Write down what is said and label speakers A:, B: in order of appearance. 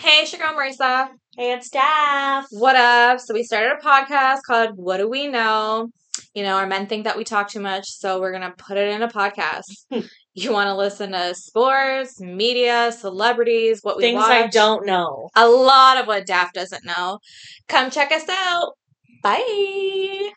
A: it's your girl Marisa.
B: And staff.
A: What up? So we started a podcast called What Do We Know? You know, our men think that we talk too much, so we're gonna put it in a podcast. you want to listen to sports, media, celebrities, what we
B: Things
A: watch,
B: I don't know.
A: a lot of what Daft doesn't know. Come check us out. Bye.